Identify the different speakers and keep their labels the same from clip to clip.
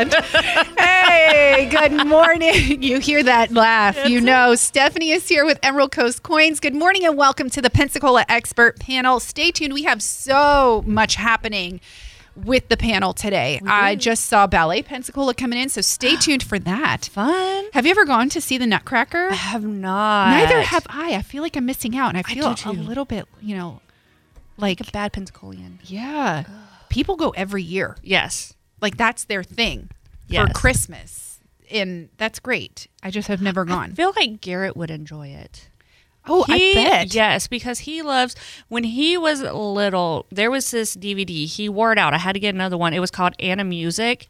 Speaker 1: hand. hey, good morning. You hear that laugh. you know, Stephanie is here with Emerald Coast Coins. Good morning and welcome to the Pensacola Expert Panel. Stay tuned. We have so much happening with the panel today. I just saw Ballet Pensacola coming in, so stay tuned for that.
Speaker 2: Fun.
Speaker 1: Have you ever gone to see the Nutcracker?
Speaker 2: Have not.
Speaker 1: Neither have I. I feel like I'm missing out, and I feel
Speaker 2: do
Speaker 1: a
Speaker 2: too.
Speaker 1: little bit, you know, like
Speaker 2: a bad Pensacolian.
Speaker 1: yeah. People go every year.
Speaker 2: Yes.
Speaker 1: Like that's their thing
Speaker 2: Yes.
Speaker 1: for Christmas. And that's great. I just have never
Speaker 2: I
Speaker 1: gone.
Speaker 2: feel like Garrett would enjoy it.
Speaker 1: Oh,
Speaker 3: He-
Speaker 1: I bet.
Speaker 3: Yes, because he loves when he was little, there was this DVD. He wore it out. I had to get another one. It was called Anna Music.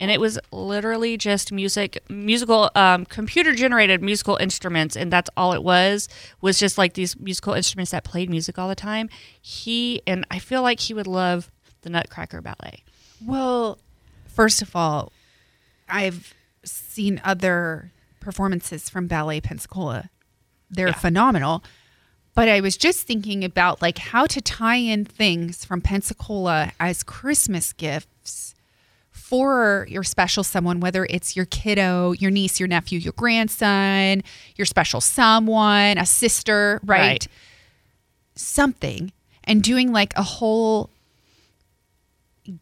Speaker 3: And it was literally just music, musical, um, computer generated musical instruments. And that's all it was, was just like these musical instruments that played music all the time. He, and I feel like he would love the Nutcracker Ballet.
Speaker 1: Well, first of all, I've seen other performances from Ballet Pensacola. They're phenomenal. But I was just thinking about like how to tie in things from Pensacola as Christmas gifts for your special someone, whether it's your kiddo, your niece, your nephew, your grandson, your special someone, a sister, right?
Speaker 3: Right.
Speaker 1: Something. And doing like a whole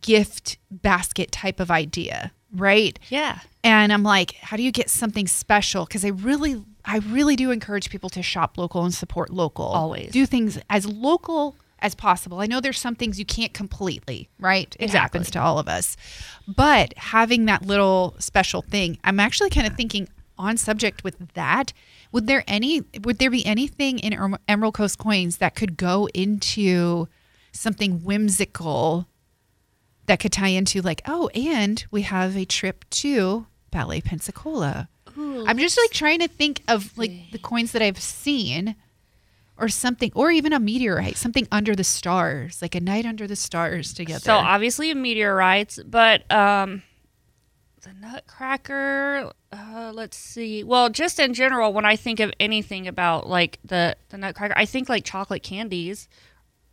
Speaker 1: gift basket type of idea, right?
Speaker 3: Yeah.
Speaker 1: And I'm like, how do you get something special? Because I really, I really do encourage people to shop local and support local.
Speaker 3: Always.
Speaker 1: do things as local as possible. I know there's some things you can't completely, right? It happens to all of us, but having that little special thing, I'm actually kind of thinking on subject with that. Would there any? Would there be anything in Em- Emerald Coast Coins that could go into something whimsical? that could tie into like, oh, and we have a trip to Ballet Pensacola. I'm just like trying to think of like the coins that I've seen or something, or even a meteorite, something under the stars, like a night under the stars together.
Speaker 3: So obviously meteorites, but um, the Nutcracker. Uh, let's see. Well, just in general, when I think of anything about like the the Nutcracker, I think like chocolate candies,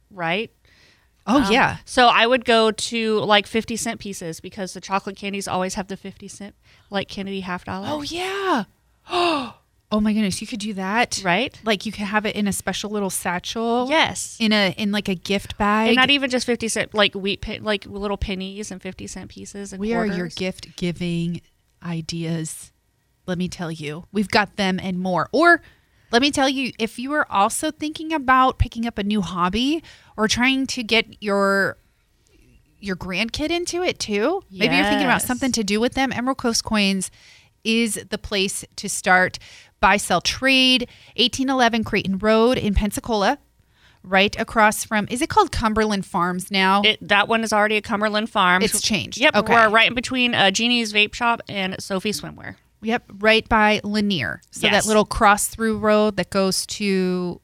Speaker 3: right?
Speaker 1: oh,
Speaker 3: um,
Speaker 1: yeah.
Speaker 3: So I would go to like fifty cent pieces because the chocolate candies always have the fifty cent like Kennedy half dollar.
Speaker 1: Oh, yeah. oh, my goodness. You could do that.
Speaker 3: right.
Speaker 1: Like you could have it in a special little satchel.
Speaker 3: Yes.
Speaker 1: In a, in like a gift bag.
Speaker 3: And not even just fifty cent, like wheat, pen, like little pennies and fifty cent pieces. And
Speaker 1: We are your
Speaker 3: quarters.
Speaker 1: gift giving ideas. Let me tell you, we've got them and more. Or let me tell you, if you are also thinking about picking up a new hobby or trying to get your your grandkid into it too, maybe you're thinking about
Speaker 3: Yes.
Speaker 1: something to do with them. Emerald Coast Coins is the place to start. Buy, sell, trade, 1811 Creighton Road in Pensacola, right across from, is it called Cumberland Farms now?
Speaker 3: It, that one is already a Cumberland Farm.
Speaker 1: It's changed.
Speaker 3: Yep,
Speaker 1: Okay.
Speaker 3: we're right in between uh, Jeannie's Vape Shop and Sophie Swimwear.
Speaker 1: Yep, right by Lanier. So
Speaker 3: Yes.
Speaker 1: that little cross through road that goes to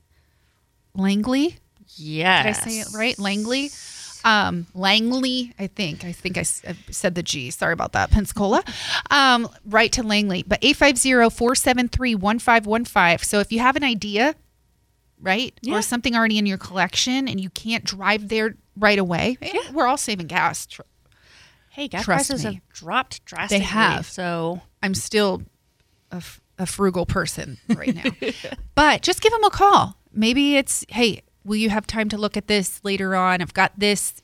Speaker 1: Langley. Did
Speaker 3: Yes.
Speaker 1: I say it right? Langley. Um, Langley, I think. I think I, s- I said the G. Sorry about that. Pensacola. Um, right to Langley. But 850 473 1515. So if you have an idea, right? Or something already in your collection and you can't drive there right away, eh, we're all saving gas. Tr-
Speaker 3: Hey, gas
Speaker 1: Trust
Speaker 3: prices
Speaker 1: me.
Speaker 3: have dropped drastically.
Speaker 1: have.
Speaker 3: So
Speaker 1: I'm still a, f- a frugal person right now. but just give them a call. Maybe it's, hey, will you have time to look at this later on? I've got this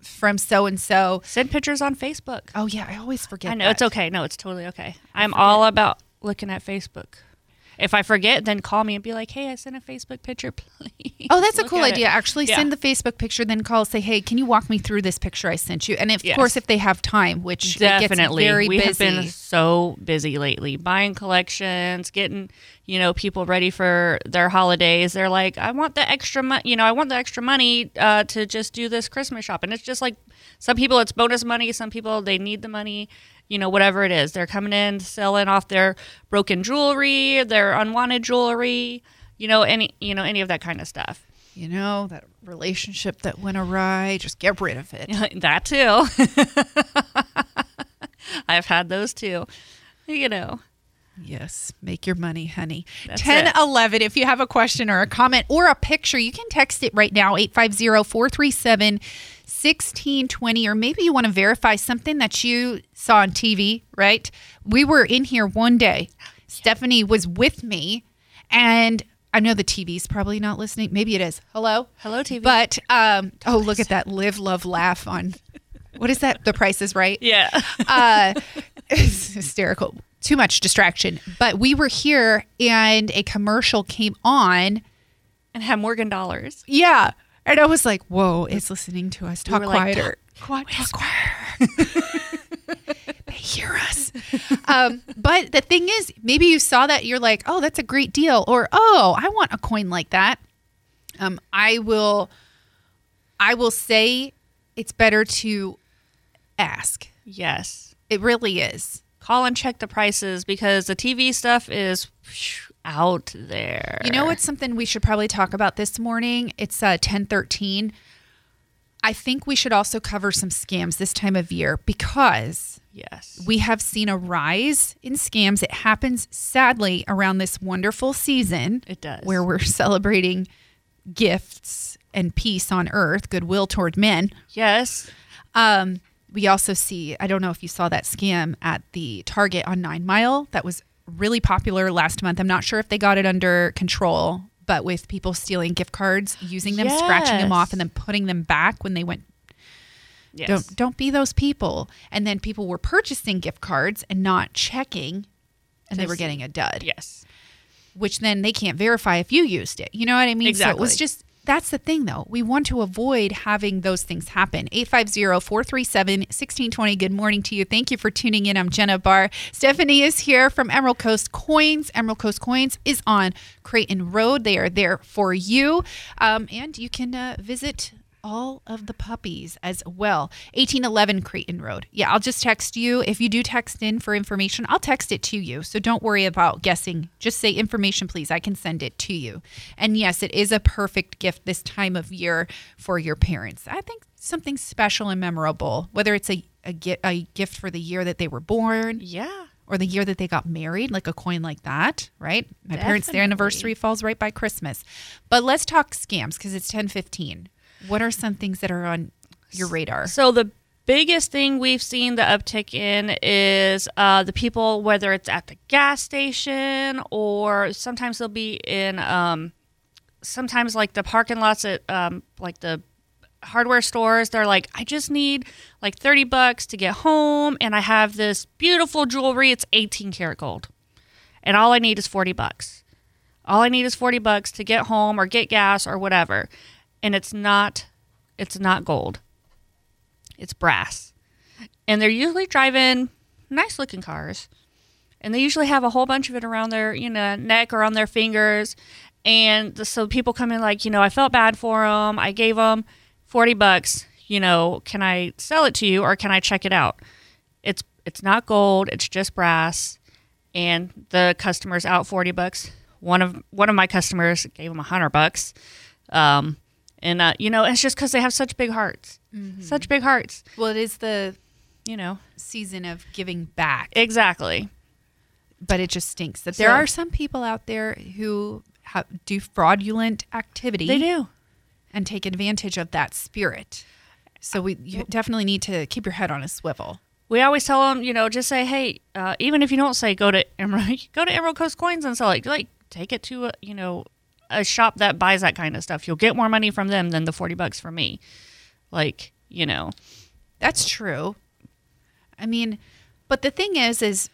Speaker 1: from so and so.
Speaker 3: send pictures on Facebook.
Speaker 1: Oh, yeah, I always forget.
Speaker 3: I know
Speaker 1: that.
Speaker 3: it's okay. No, it's totally okay. I'm all about looking at Facebook. If I forget, then call me and be like, "Hey, I sent a Facebook picture, please."
Speaker 1: Oh, that's a
Speaker 3: Look
Speaker 1: cool
Speaker 3: at it."
Speaker 1: idea. Actually,
Speaker 3: Yeah.
Speaker 1: send the Facebook picture, then call, say, hey, can you walk me through this picture I sent you? And of
Speaker 3: Yes.
Speaker 1: course, if they have time, which
Speaker 3: Definitely,
Speaker 1: it gets very
Speaker 3: we
Speaker 1: busy.
Speaker 3: have been so busy lately, buying collections, getting you know people ready for their holidays. They're like, I want the extra money, you know, I want the extra money uh, to just do this Christmas shop, and it's just like some people it's bonus money, some people they need the money, you know, whatever it is. They're coming in selling off their broken jewelry, their unwanted jewelry, you know, any you know any of that kind of stuff.
Speaker 1: you know, that relationship that went awry, just get rid of it.
Speaker 3: that too. I've had those too, you know.
Speaker 1: Yes, make your money, honey.
Speaker 3: That's
Speaker 1: Ten, eleven.
Speaker 3: it.
Speaker 1: If you have a question or a comment or a picture, you can text it right now 850 437 1620. Or maybe you want to verify something that you saw on TV, right? We were in here one day. Stephanie was with me, and I know the TV's probably not listening. Maybe it is. Hello?
Speaker 3: Hello, TV.
Speaker 1: But, um, oh, look at that live, love, laugh on what is that? The price is right
Speaker 3: yeah.
Speaker 1: uh, it's hysterical. Too much distraction. But we were here and a commercial came on.
Speaker 3: and have Morgan dollars.
Speaker 1: Yeah. And I was like, whoa, it's listening to us. Talk
Speaker 3: were like,
Speaker 1: quieter.
Speaker 3: Quiet.
Speaker 1: They hear us. um, but the thing is, maybe you saw that. You're like, oh, that's a great deal. Or, oh, I want a coin like that. Um, I will, I will say it's better to ask.
Speaker 3: Yes.
Speaker 1: It really is.
Speaker 3: Call and check the prices because the TV stuff is phew, out there.
Speaker 1: You know what's something we should probably talk about this morning? It's uh, ten thirteen. I think we should also cover some scams this time of year because
Speaker 3: Yes.
Speaker 1: we have seen a rise in scams. It happens sadly around this wonderful season.
Speaker 3: It does.
Speaker 1: Where we're celebrating gifts and peace on earth, goodwill toward men.
Speaker 3: yes.
Speaker 1: Um, we also see, I don't know if you saw that scam at the Target on Nine Mile that was really popular last month. I'm not sure if they got it under control, but with people stealing gift cards, using them, scratching them off,
Speaker 3: Yes.
Speaker 1: and then putting them back when they went.
Speaker 3: Yes.
Speaker 1: Don't don't be those people. And then people were purchasing gift cards and not checking, and they
Speaker 3: To
Speaker 1: were
Speaker 3: see.
Speaker 1: getting a dud
Speaker 3: Yes.
Speaker 1: which then they can't verify if you used it. You know what I mean? So it was
Speaker 3: Exactly.
Speaker 1: just that's the thing though. We want to avoid having those things happen. 850-437-1620. Good morning to you. Thank you for tuning in. I'm Jenna Barr. Stephanie is here from Emerald Coast Coins. Emerald Coast Coins is on Creighton Road. They are there for you. Um, and you can uh, visit all of the puppies as well. 1811 Creighton Road. Yeah, I'll just text you. If you do text in for information, I'll text it to you. So don't worry about guessing. Just say information, please. I can send it to you. And yes, it is a perfect gift this time of year for your parents. I think something special and memorable, whether it's a, a, gi- a gift for the year that they were born
Speaker 3: Yeah.
Speaker 1: or the year that they got married, like a coin like that, right? My parents, their anniversary falls right by Christmas. But let's talk scams because it's ten fifteen. What are some things that are on your radar?
Speaker 3: So the biggest thing we've seen the uptick in is uh, the people, whether it's at the gas station or sometimes they'll be in, um, sometimes like the parking lots at um, like the hardware stores. They're like, I just need like thirty bucks to get home, and I have this beautiful jewelry. It's eighteen karat gold, and all I need is forty bucks. All I need is 40 bucks to get home or get gas or whatever. And it's not it's not gold. It's brass. And they're usually driving nice looking cars. And they usually have a whole bunch of it around their, you know, neck or on their fingers. And the- so people come in like, you know, I felt bad for them. I gave them 40 bucks. You know, can I sell it to you or can I check it out? It's it's not gold, it's just brass and the customer's out 40 bucks. One of one of my customers gave him 100 bucks. Um, and uh, you know, it's just cuz they have such big hearts. Such big hearts,
Speaker 1: Well, it is the
Speaker 3: you know.
Speaker 1: season of giving back,
Speaker 3: Exactly.
Speaker 1: but it just stinks that there
Speaker 3: So-
Speaker 1: are some people out there who have, do fraudulent activity
Speaker 3: They do.
Speaker 1: and take advantage of that spirit. So we you definitely need to keep your head on a swivel.
Speaker 3: We always tell them, you know, just say, "Hey, uh, even if you don't say go to Emerald, go to Emerald Coast Coins and sell it. Like take it to a, you know, a shop that buys that kind of stuff. You'll get more money from them than the 40 bucks from me." Like, you know.
Speaker 1: That's true. I mean, but the thing is, is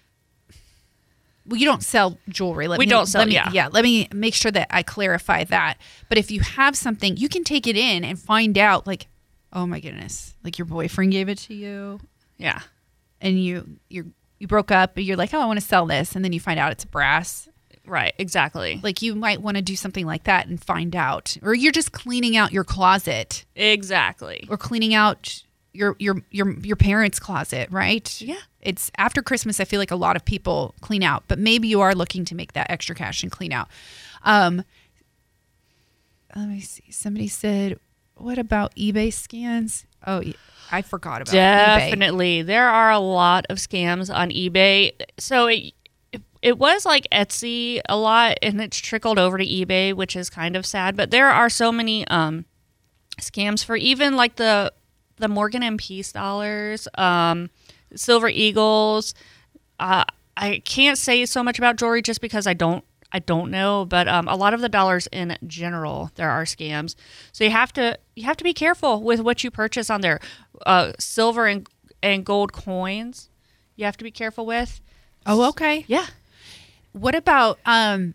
Speaker 1: well, you don't sell jewelry. Let
Speaker 3: We
Speaker 1: me,
Speaker 3: don't sell-
Speaker 1: Let me,
Speaker 3: yeah.
Speaker 1: yeah. Let me make sure that I clarify that. But if you have something, you can take it in and find out. Like, oh my goodness, like your boyfriend gave it to you,
Speaker 3: Yeah.
Speaker 1: and you you you broke up, and you're like, oh, I want to sell this, and then you find out it's brass.
Speaker 3: Right, exactly.
Speaker 1: Like you might want to do something like that and find out, or you're just cleaning out your closet
Speaker 3: Exactly.
Speaker 1: or cleaning out your your your your parents' closet, right?
Speaker 3: Yeah.
Speaker 1: It's after Christmas. I feel like a lot of people clean out, but maybe you are looking to make that extra cash and clean out. Um, let me see. Somebody said, "What about eBay scans?" Oh, y- I forgot about eBay.
Speaker 3: Definitely. There are a lot of scams on eBay. So it, it was like Etsy a lot and it's trickled over to eBay, which is kind of sad, but there are so many um scams for even like the the Morgan and Peace dollars, um Silver Eagles. Uh I can't say so much about jewelry just because I don't I don't know, but um, a lot of the dollars in general there are scams. So you have to you have to be careful with what you purchase on there. Uh, silver and and gold coins, you have to be careful with.
Speaker 1: Oh, okay.
Speaker 3: Yeah,
Speaker 1: What about um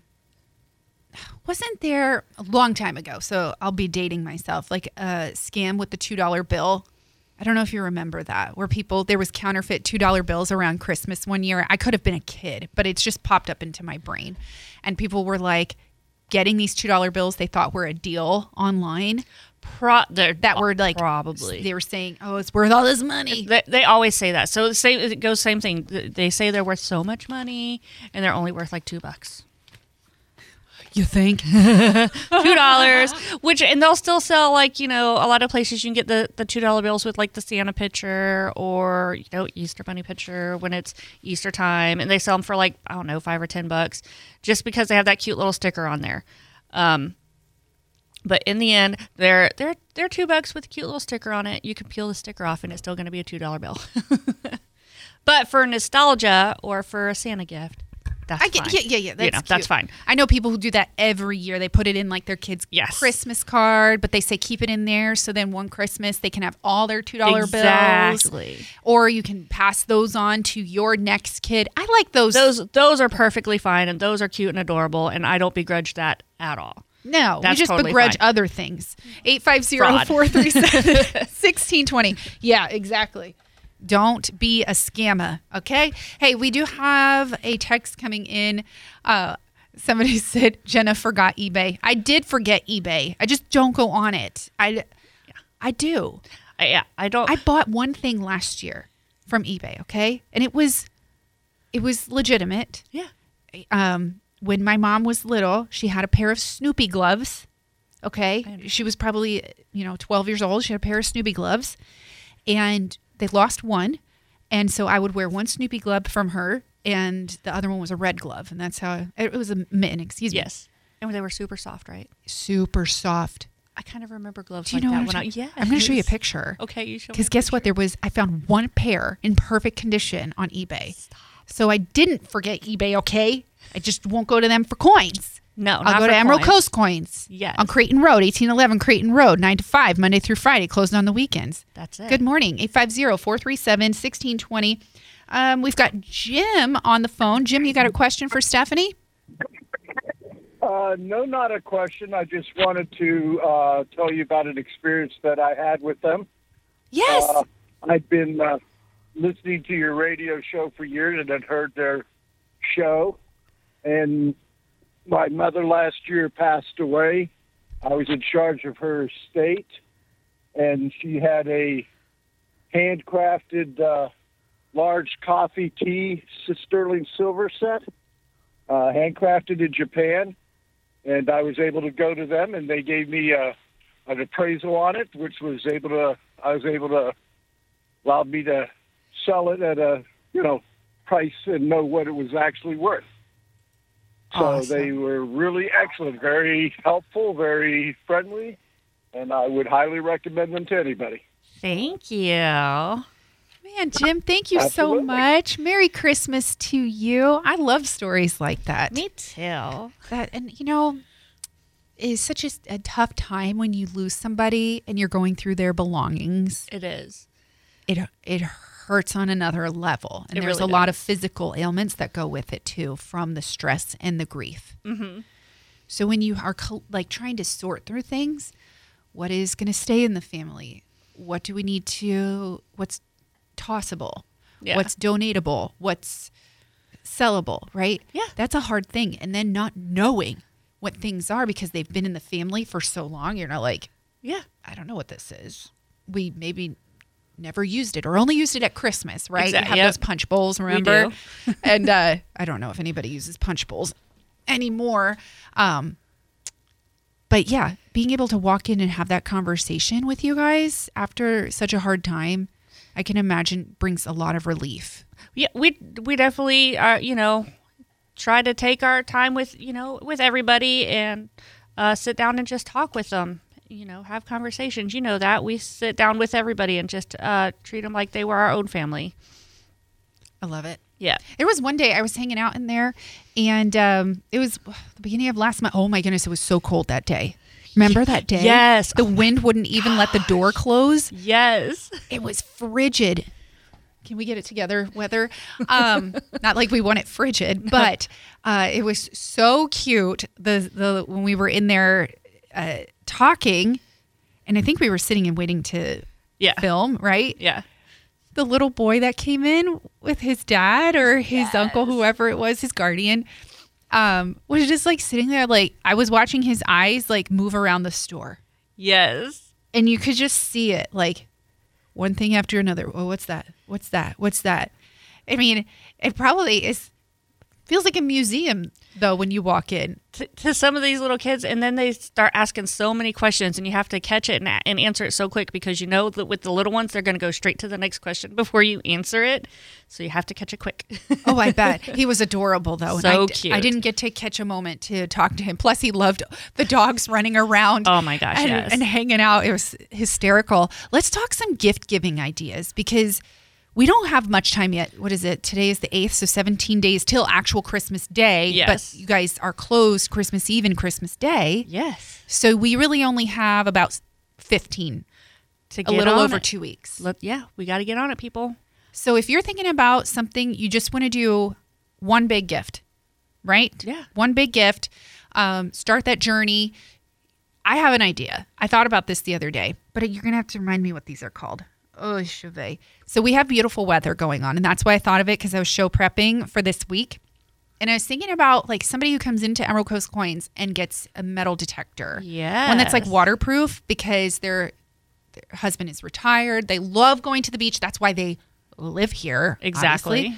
Speaker 1: wasn't there a long time ago, so I'll be dating myself, like a scam with the two dollar bill. I don't know if you remember that, where people there was counterfeit two dollar bills around Christmas one year. I could have been a kid, but it's just popped up into my brain. And people were like getting these two dollar bills they thought were a deal online.
Speaker 3: Pro- that
Speaker 1: That were like
Speaker 3: probably
Speaker 1: they were saying, Oh, it's worth all this money.
Speaker 3: They, they always say that. So same, it goes same thing. Th- They say they're worth so much money, and they're only worth like two bucks,
Speaker 1: You think?
Speaker 3: two dollars. which and they'll still sell like you know a lot of places you can get the the two dollar bills with like the Santa picture or you know Easter bunny picture when it's Easter time, and they sell them for like I don't know five or ten bucks, just because they have that cute little sticker on there. Um, but in the end, they're they're they're two bucks with a cute little sticker on it. You can peel the sticker off, and it's still going to be a two dollar bill. but for nostalgia or for a Santa gift, that's
Speaker 1: I get,
Speaker 3: fine.
Speaker 1: yeah, yeah, yeah.
Speaker 3: You
Speaker 1: That's
Speaker 3: know,
Speaker 1: cute.
Speaker 3: that's fine.
Speaker 1: I know people who do that every year. They put it in like their kids'
Speaker 3: Yes.
Speaker 1: Christmas card, but they say keep it in there so then one Christmas they can have all their two dollar bills,
Speaker 3: Exactly.
Speaker 1: or you can pass those on to your next kid. I like those.
Speaker 3: Those those are perfectly fine, and those are cute and adorable, and I don't begrudge that at all.
Speaker 1: no, we
Speaker 3: That's
Speaker 1: just
Speaker 3: totally
Speaker 1: begrudge
Speaker 3: fine.
Speaker 1: other things. 850-437-1620. yeah, exactly. Don't be a scammer, okay? Hey, we do have a text coming in. Uh, somebody said Jenna forgot eBay. I did forget eBay. I just don't go on it. I, I do.
Speaker 3: I, yeah, I don't.
Speaker 1: I bought one thing last year from eBay, okay, and it was, it was legitimate
Speaker 3: yeah.
Speaker 1: um, when my mom was little, she had a pair of Snoopy gloves. Okay. She was probably, you know, 12 years old. She had a pair of Snoopy gloves and they lost one. And so I would wear one Snoopy glove from her and the other one was a red glove. And that's how it was a mitten, excuse me.
Speaker 3: Yes. And they were super soft, right?
Speaker 1: Super soft.
Speaker 3: I kind of remember gloves
Speaker 1: Do you
Speaker 3: like
Speaker 1: know
Speaker 3: that
Speaker 1: what I'm
Speaker 3: when I.
Speaker 1: talking
Speaker 3: Yes.
Speaker 1: I'm going to show you a picture.
Speaker 3: Okay, you show me.
Speaker 1: Because guess what? There was, I found one pair in perfect condition on eBay. So I didn't forget eBay, okay? I just won't go to them for coins.
Speaker 3: No,
Speaker 1: I'll
Speaker 3: not
Speaker 1: go
Speaker 3: for
Speaker 1: to Emerald
Speaker 3: coins.
Speaker 1: Coast Coins.
Speaker 3: Yes.
Speaker 1: On Creighton Road, 1811 Creighton Road, 9 to 5, Monday through Friday, closed on the weekends.
Speaker 3: That's it.
Speaker 1: Good morning, 850 437 1620. Um, We've got Jim on the phone. Jim, you got a question for Stephanie?
Speaker 4: Uh, no, not a question. I just wanted to uh, tell you about an experience that I had with them.
Speaker 1: Yes.
Speaker 4: Uh, I'd been uh, listening to your radio show for years and had heard their show. And my mother last year passed away. I was in charge of her estate, and she had a handcrafted uh, large coffee tea s- sterling silver set, uh, handcrafted in Japan. And I was able to go to them, and they gave me uh, an appraisal on it, which was able to I was able to allowed me to sell it at a you know price and know what it was actually worth. So
Speaker 1: Awesome.
Speaker 4: they were really excellent, very helpful, very friendly, and I would highly recommend them to anybody.
Speaker 3: Thank you.
Speaker 1: Man, Jim, thank you
Speaker 4: Absolutely.
Speaker 1: so much. Merry Christmas to you. I love stories like that.
Speaker 3: Me too.
Speaker 1: That and you know, it's such a, a tough time when you lose somebody and you're going through their belongings.
Speaker 3: It is.
Speaker 1: It it hurts on another level, and
Speaker 3: It
Speaker 1: there's
Speaker 3: really
Speaker 1: a lot of physical ailments that go with it too, from the stress and the grief. Mm-hmm. So when you are col- like trying to sort through things, what is going to stay in the family? What do we need to? What's tossable?
Speaker 3: Yeah.
Speaker 1: What's donatable? What's sellable, right?
Speaker 3: Yeah.
Speaker 1: That's a hard thing. And then not knowing what things are because they've been in the family for so long, you're not like,
Speaker 3: Yeah.
Speaker 1: I don't know what this is. We maybe never used it or only used it at Christmas, right?
Speaker 3: Exact-
Speaker 1: You have
Speaker 3: yep.
Speaker 1: those punch bowls, remember? and uh, I don't know if anybody uses punch bowls anymore. Um, but yeah, being able to walk in and have that conversation with you guys after such a hard time, I can imagine brings a lot of relief.
Speaker 3: Yeah, we we definitely are. uh, You know, try to take our time with you know with everybody and uh, sit down and just talk with them. You know, have conversations. You know that we sit down with everybody and just uh, treat them like they were our own family.
Speaker 1: I love it.
Speaker 3: Yeah.
Speaker 1: There was one day I was hanging out in there, and um, it was the beginning of last month. Oh my goodness, it was so cold that day. Remember that day?
Speaker 3: Yes.
Speaker 1: The wind wouldn't even let the door close.
Speaker 3: Yes.
Speaker 1: It was frigid. Can we get it together, weather? Um, not like we want it frigid, but uh, it was so cute. The the when we were in there uh, talking, and I think we were sitting and waiting to
Speaker 3: Yeah.
Speaker 1: film, right?
Speaker 3: Yeah.
Speaker 1: the little boy that came in with his dad or his uncle, whoever it was, his guardian, um, was just like sitting there. Like I was watching his eyes like move around the store,
Speaker 3: Yes.
Speaker 1: and you could just see it like one thing after another. Oh, what's that? What's that? What's that? I mean, it probably is feels like a museum though when you walk in.
Speaker 3: to, to some of these little kids and then they start asking so many questions and you have to catch it and, a- and answer it so quick because you know that with the little ones they're going to go straight to the next question before you answer it so you have to catch it quick
Speaker 1: Oh, I bet he was adorable though.
Speaker 3: So
Speaker 1: I,
Speaker 3: cute.
Speaker 1: I didn't get to catch a moment to talk to him. Plus, he loved the dogs running around.
Speaker 3: Oh my gosh,
Speaker 1: and,
Speaker 3: yes.
Speaker 1: and hanging out. It was hysterical. Let's talk some gift giving ideas because we don't have much time yet. What is it? Today is the eighth, so seventeen days till actual Christmas Day.
Speaker 3: Yes.
Speaker 1: But you guys are closed Christmas Eve and Christmas Day,
Speaker 3: yes
Speaker 1: so we really only have about fifteen,
Speaker 3: to get
Speaker 1: a little
Speaker 3: on
Speaker 1: over
Speaker 3: it.
Speaker 1: two weeks.
Speaker 3: Let- yeah we got to get on it people
Speaker 1: So if you're thinking about something, you just want to do one big gift, right?
Speaker 3: Yeah.
Speaker 1: One big gift. Um, start that journey. I have an idea. I thought about this the other day, but you're going to have to remind me what these are called. Oh, chevet. So we have beautiful weather going on. And that's why I thought of it because I was show prepping for this week. And I was thinking about like somebody who comes into Emerald Coast Coins and gets a metal detector. One that's like
Speaker 3: Yes.
Speaker 1: waterproof because their, their husband is retired. They love going to the beach. That's why they live here. obviously.
Speaker 3: Exactly.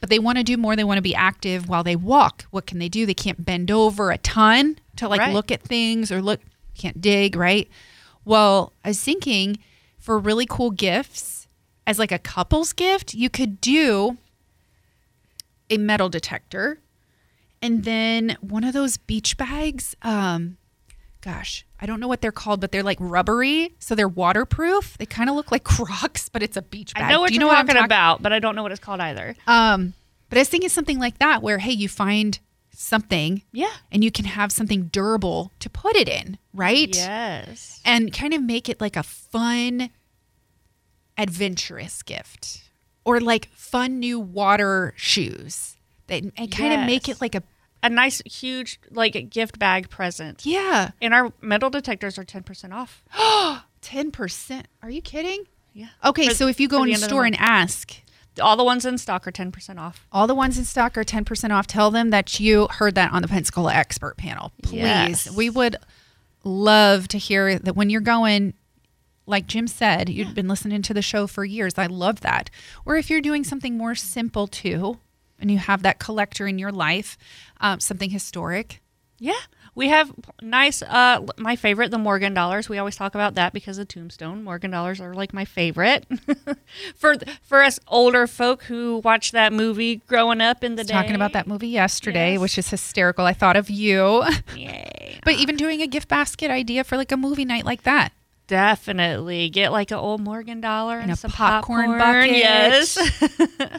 Speaker 1: But they want to do more. They want to be active while they walk. What can they do? They can't bend over a ton to like
Speaker 3: Right.
Speaker 1: look at things or look, can't dig, right? Well, I was thinking for really cool gifts, as like a couple's gift, you could do a metal detector and then one of those beach bags um gosh i don't know what they're called but they're like rubbery so they're waterproof they kind of look like crocs but it's a beach bag
Speaker 3: i know what
Speaker 1: Do
Speaker 3: you
Speaker 1: you know
Speaker 3: are talking
Speaker 1: what I'm
Speaker 3: about but i don't know what it's called either
Speaker 1: um but i was thinking something like that where hey you find something
Speaker 3: yeah
Speaker 1: and you can have something durable to put it in right
Speaker 3: yes
Speaker 1: and kind of make it like a fun adventurous gift or like fun new water shoes that and kind of make
Speaker 3: Yes.
Speaker 1: it like a
Speaker 3: a nice huge like gift bag present
Speaker 1: yeah
Speaker 3: and our metal detectors are 10% off
Speaker 1: Ten percent? Are you kidding?
Speaker 3: yeah
Speaker 1: Okay,
Speaker 3: For-
Speaker 1: so if you
Speaker 3: for
Speaker 1: go in
Speaker 3: the
Speaker 1: a
Speaker 3: end of the
Speaker 1: store
Speaker 3: month.
Speaker 1: and ask,
Speaker 3: all the ones in stock are 10% off
Speaker 1: all the ones in stock are ten percent off. Tell them that you heard that on the Pensacola expert panel. Please,
Speaker 3: Yes.
Speaker 1: we would love to hear that when you're going. Like Jim said, you've been listening to the show for years. I love that. Or if you're doing something more simple too, and you have that collector in your life, um, something historic.
Speaker 3: Yeah. We have nice, uh, l- my favorite, the Morgan dollars. We always talk about that because the tombstone Morgan dollars are like my favorite for for us older folk who watched that movie growing up in the day.
Speaker 1: Talking about that movie yesterday,
Speaker 3: Yes.
Speaker 1: which is hysterical. I thought of you.
Speaker 3: Yay.
Speaker 1: But even doing a gift basket idea for like a movie night like that.
Speaker 3: Definitely get like an old Morgan dollar and,
Speaker 1: a
Speaker 3: some
Speaker 1: popcorn
Speaker 3: popcorn,
Speaker 1: bucket.
Speaker 3: Yes,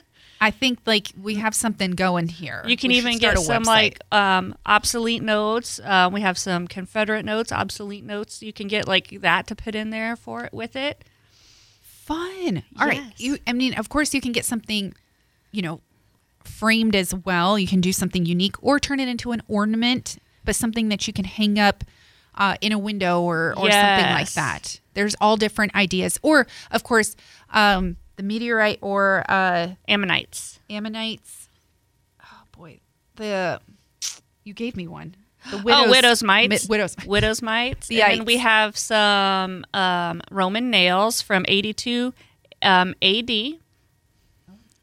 Speaker 1: I think like we have something going here.
Speaker 3: you can
Speaker 1: We should
Speaker 3: even
Speaker 1: start
Speaker 3: get
Speaker 1: a
Speaker 3: some
Speaker 1: website.
Speaker 3: like um, obsolete notes. Uh, we have some Confederate notes, obsolete notes. You can get like that to put in there for it with it.
Speaker 1: fun. All right,
Speaker 3: Yes.
Speaker 1: You I mean, of course you can get something, you know, framed as well. You can do something unique or turn it into an ornament, but something that you can hang up uh, in a window or or something like
Speaker 3: Yes.
Speaker 1: that. There's all different ideas. Or of course, um, the meteorite or uh
Speaker 3: Ammonites.
Speaker 1: ammonites. Oh boy. The you gave me one. The
Speaker 3: oh, widow's mites.
Speaker 1: mi- widow's
Speaker 3: widow's mites.
Speaker 1: The
Speaker 3: and then we
Speaker 1: ites.
Speaker 3: have some um, Roman nails from 82 um, AD.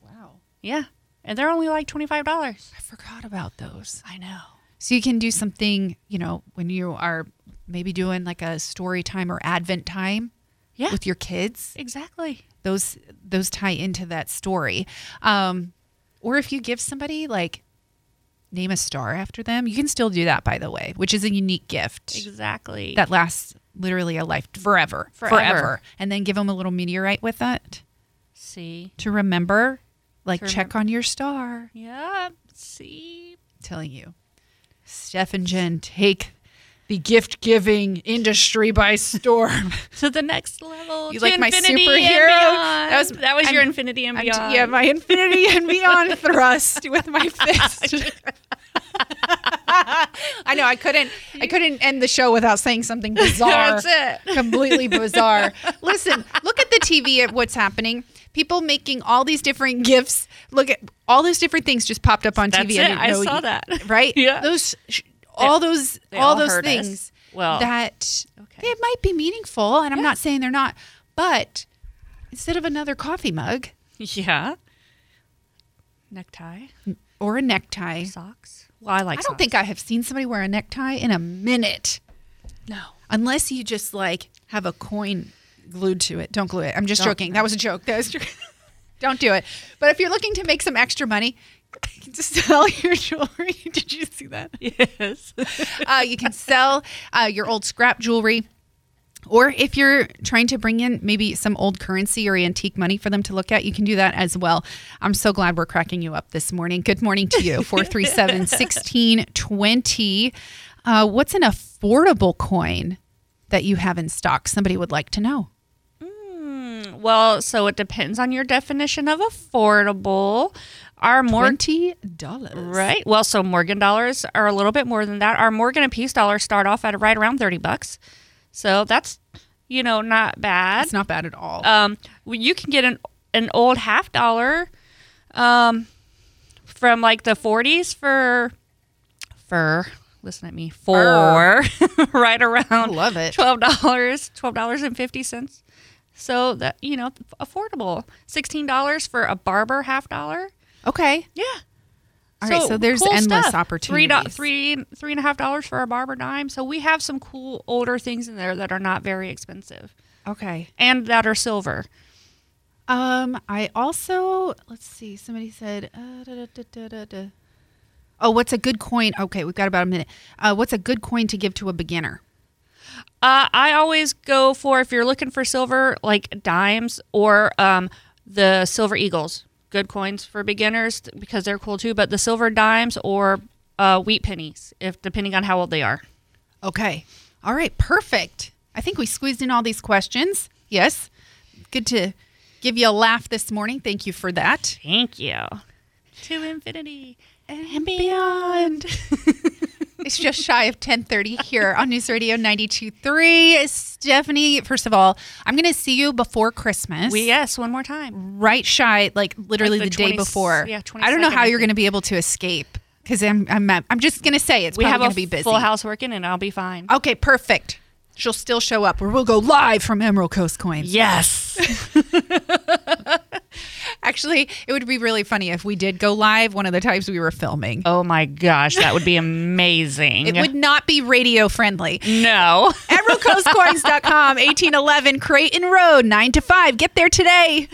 Speaker 1: Wow.
Speaker 3: Yeah. And they're only like $25.
Speaker 1: I forgot about those.
Speaker 3: I know.
Speaker 1: So you can do something, you know, when you are maybe doing like a story time or advent time
Speaker 3: Yeah.
Speaker 1: with your kids.
Speaker 3: Exactly.
Speaker 1: Those those tie into that story. Um or if you give somebody like name a star after them. You can still do that, by the way, which is a unique gift
Speaker 3: Exactly.
Speaker 1: that lasts literally a life forever,
Speaker 3: Forever.
Speaker 1: and then give them a little meteorite with that
Speaker 3: See.
Speaker 1: to remember. Like
Speaker 3: To
Speaker 1: check on your star.
Speaker 3: Yep. See.
Speaker 1: I'm telling you, Steph and Jen take the gift giving industry by storm.
Speaker 3: To the next level.
Speaker 1: You
Speaker 3: to
Speaker 1: like my
Speaker 3: infinity
Speaker 1: superhero?
Speaker 3: And beyond.
Speaker 1: That was-
Speaker 3: that was
Speaker 1: I'm-
Speaker 3: your infinity and
Speaker 1: I'm-
Speaker 3: beyond.
Speaker 1: yeah, my infinity and beyond thrust with my fist. I know I couldn't I couldn't end the show without saying something bizarre.
Speaker 3: That's it.
Speaker 1: Completely bizarre. Listen, look at the TV at what's happening. People making all these different gifts. Look at all those different things just popped up on
Speaker 3: That's
Speaker 1: TV.
Speaker 3: it. I
Speaker 1: know
Speaker 3: saw
Speaker 1: you-
Speaker 3: that.
Speaker 1: Right?
Speaker 3: Yeah.
Speaker 1: Those sh- all those
Speaker 3: they
Speaker 1: all
Speaker 3: all
Speaker 1: those
Speaker 3: hurt us.
Speaker 1: things
Speaker 3: Well,
Speaker 1: that
Speaker 3: okay.
Speaker 1: they might be meaningful and I'm not saying they're not, but instead of another coffee mug,
Speaker 3: Yeah. Necktie,
Speaker 1: or a necktie.
Speaker 3: socks. Well, I like.
Speaker 1: I don't think I have seen somebody wear a necktie in a minute.
Speaker 3: No.
Speaker 1: Unless you just like have a coin glued to it. Don't glue it. I'm just joking. That was a joke. That was joke. don't do it. But if you're looking to make some extra money, you can just sell your jewelry. Did you see that?
Speaker 3: Yes.
Speaker 1: Uh, you can sell uh, your old scrap jewelry. Or if you're trying to bring in maybe some old currency or antique money for them to look at, you can do that as well. I'm so glad we're cracking you up this morning. Good morning to you. 437 1620. Uh, what's an affordable coin that you have in stock? Somebody would like to know.
Speaker 3: Mm. well, so it depends on your definition of affordable. Our more
Speaker 1: $20.
Speaker 3: Right. Well, so Morgan dollars are a little bit more than that. Our Morgan and Peace dollars start off at right around 30 bucks. So that's, you know, not bad.
Speaker 1: That's not bad at all.
Speaker 3: Um, well, you can get an an old half dollar um, from like the 40s for for listen at me for right around
Speaker 1: love it.
Speaker 3: twelve dollars twelve dollars and fifty cents so that you know affordable sixteen dollars for a barber half dollar
Speaker 1: okay.
Speaker 3: yeah
Speaker 1: All right, so there's endless
Speaker 3: Three, do-
Speaker 1: opportunities.
Speaker 3: three, three and a half dollars for a barber dime. So we have some cool older things in there that are not very expensive
Speaker 1: Okay.
Speaker 3: and that are silver.
Speaker 1: Um, I also let's see. Somebody said, uh, da, da, da, da, da, da. "Oh, what's a good coin?" Okay, we've got about a minute. Uh, what's a good coin to give to a beginner?
Speaker 3: Uh, I always go for if you're looking for silver, like dimes or um, the silver eagles. Good coins for beginners because they're cool too. But the silver dimes or uh, wheat pennies, if depending on how old they are.
Speaker 1: Okay, all right, perfect. I think we squeezed in all these questions. Yes, good to give you a laugh this morning. Thank you for that.
Speaker 3: Thank you. To infinity.
Speaker 1: And beyond. it's just shy of 10:30 here on News Radio 92.3. Stephanie, first of all, I'm going to see you before Christmas.
Speaker 3: We yes, one more time.
Speaker 1: right shy, like literally
Speaker 3: Like
Speaker 1: the,
Speaker 3: the
Speaker 1: day
Speaker 3: 20
Speaker 1: before.
Speaker 3: yeah,
Speaker 1: I don't know
Speaker 3: 22nd,
Speaker 1: how
Speaker 3: I
Speaker 1: you're
Speaker 3: think.
Speaker 1: going to be able to escape because I'm I'm I'm just going to say it's
Speaker 3: We
Speaker 1: probably
Speaker 3: have
Speaker 1: going
Speaker 3: a
Speaker 1: to be busy.
Speaker 3: full house working, and I'll be fine.
Speaker 1: Okay, perfect. She'll still show up, or we'll go live from Emerald Coast Coins.
Speaker 3: Yes.
Speaker 1: Actually, it would be really funny if we did go live one of the times we were filming.
Speaker 3: Oh my gosh, that would be amazing.
Speaker 1: It would not be radio friendly.
Speaker 3: no.
Speaker 1: EmeraldCoastCoins.com, 1811 Creighton Road, 9 to 5. Get there today.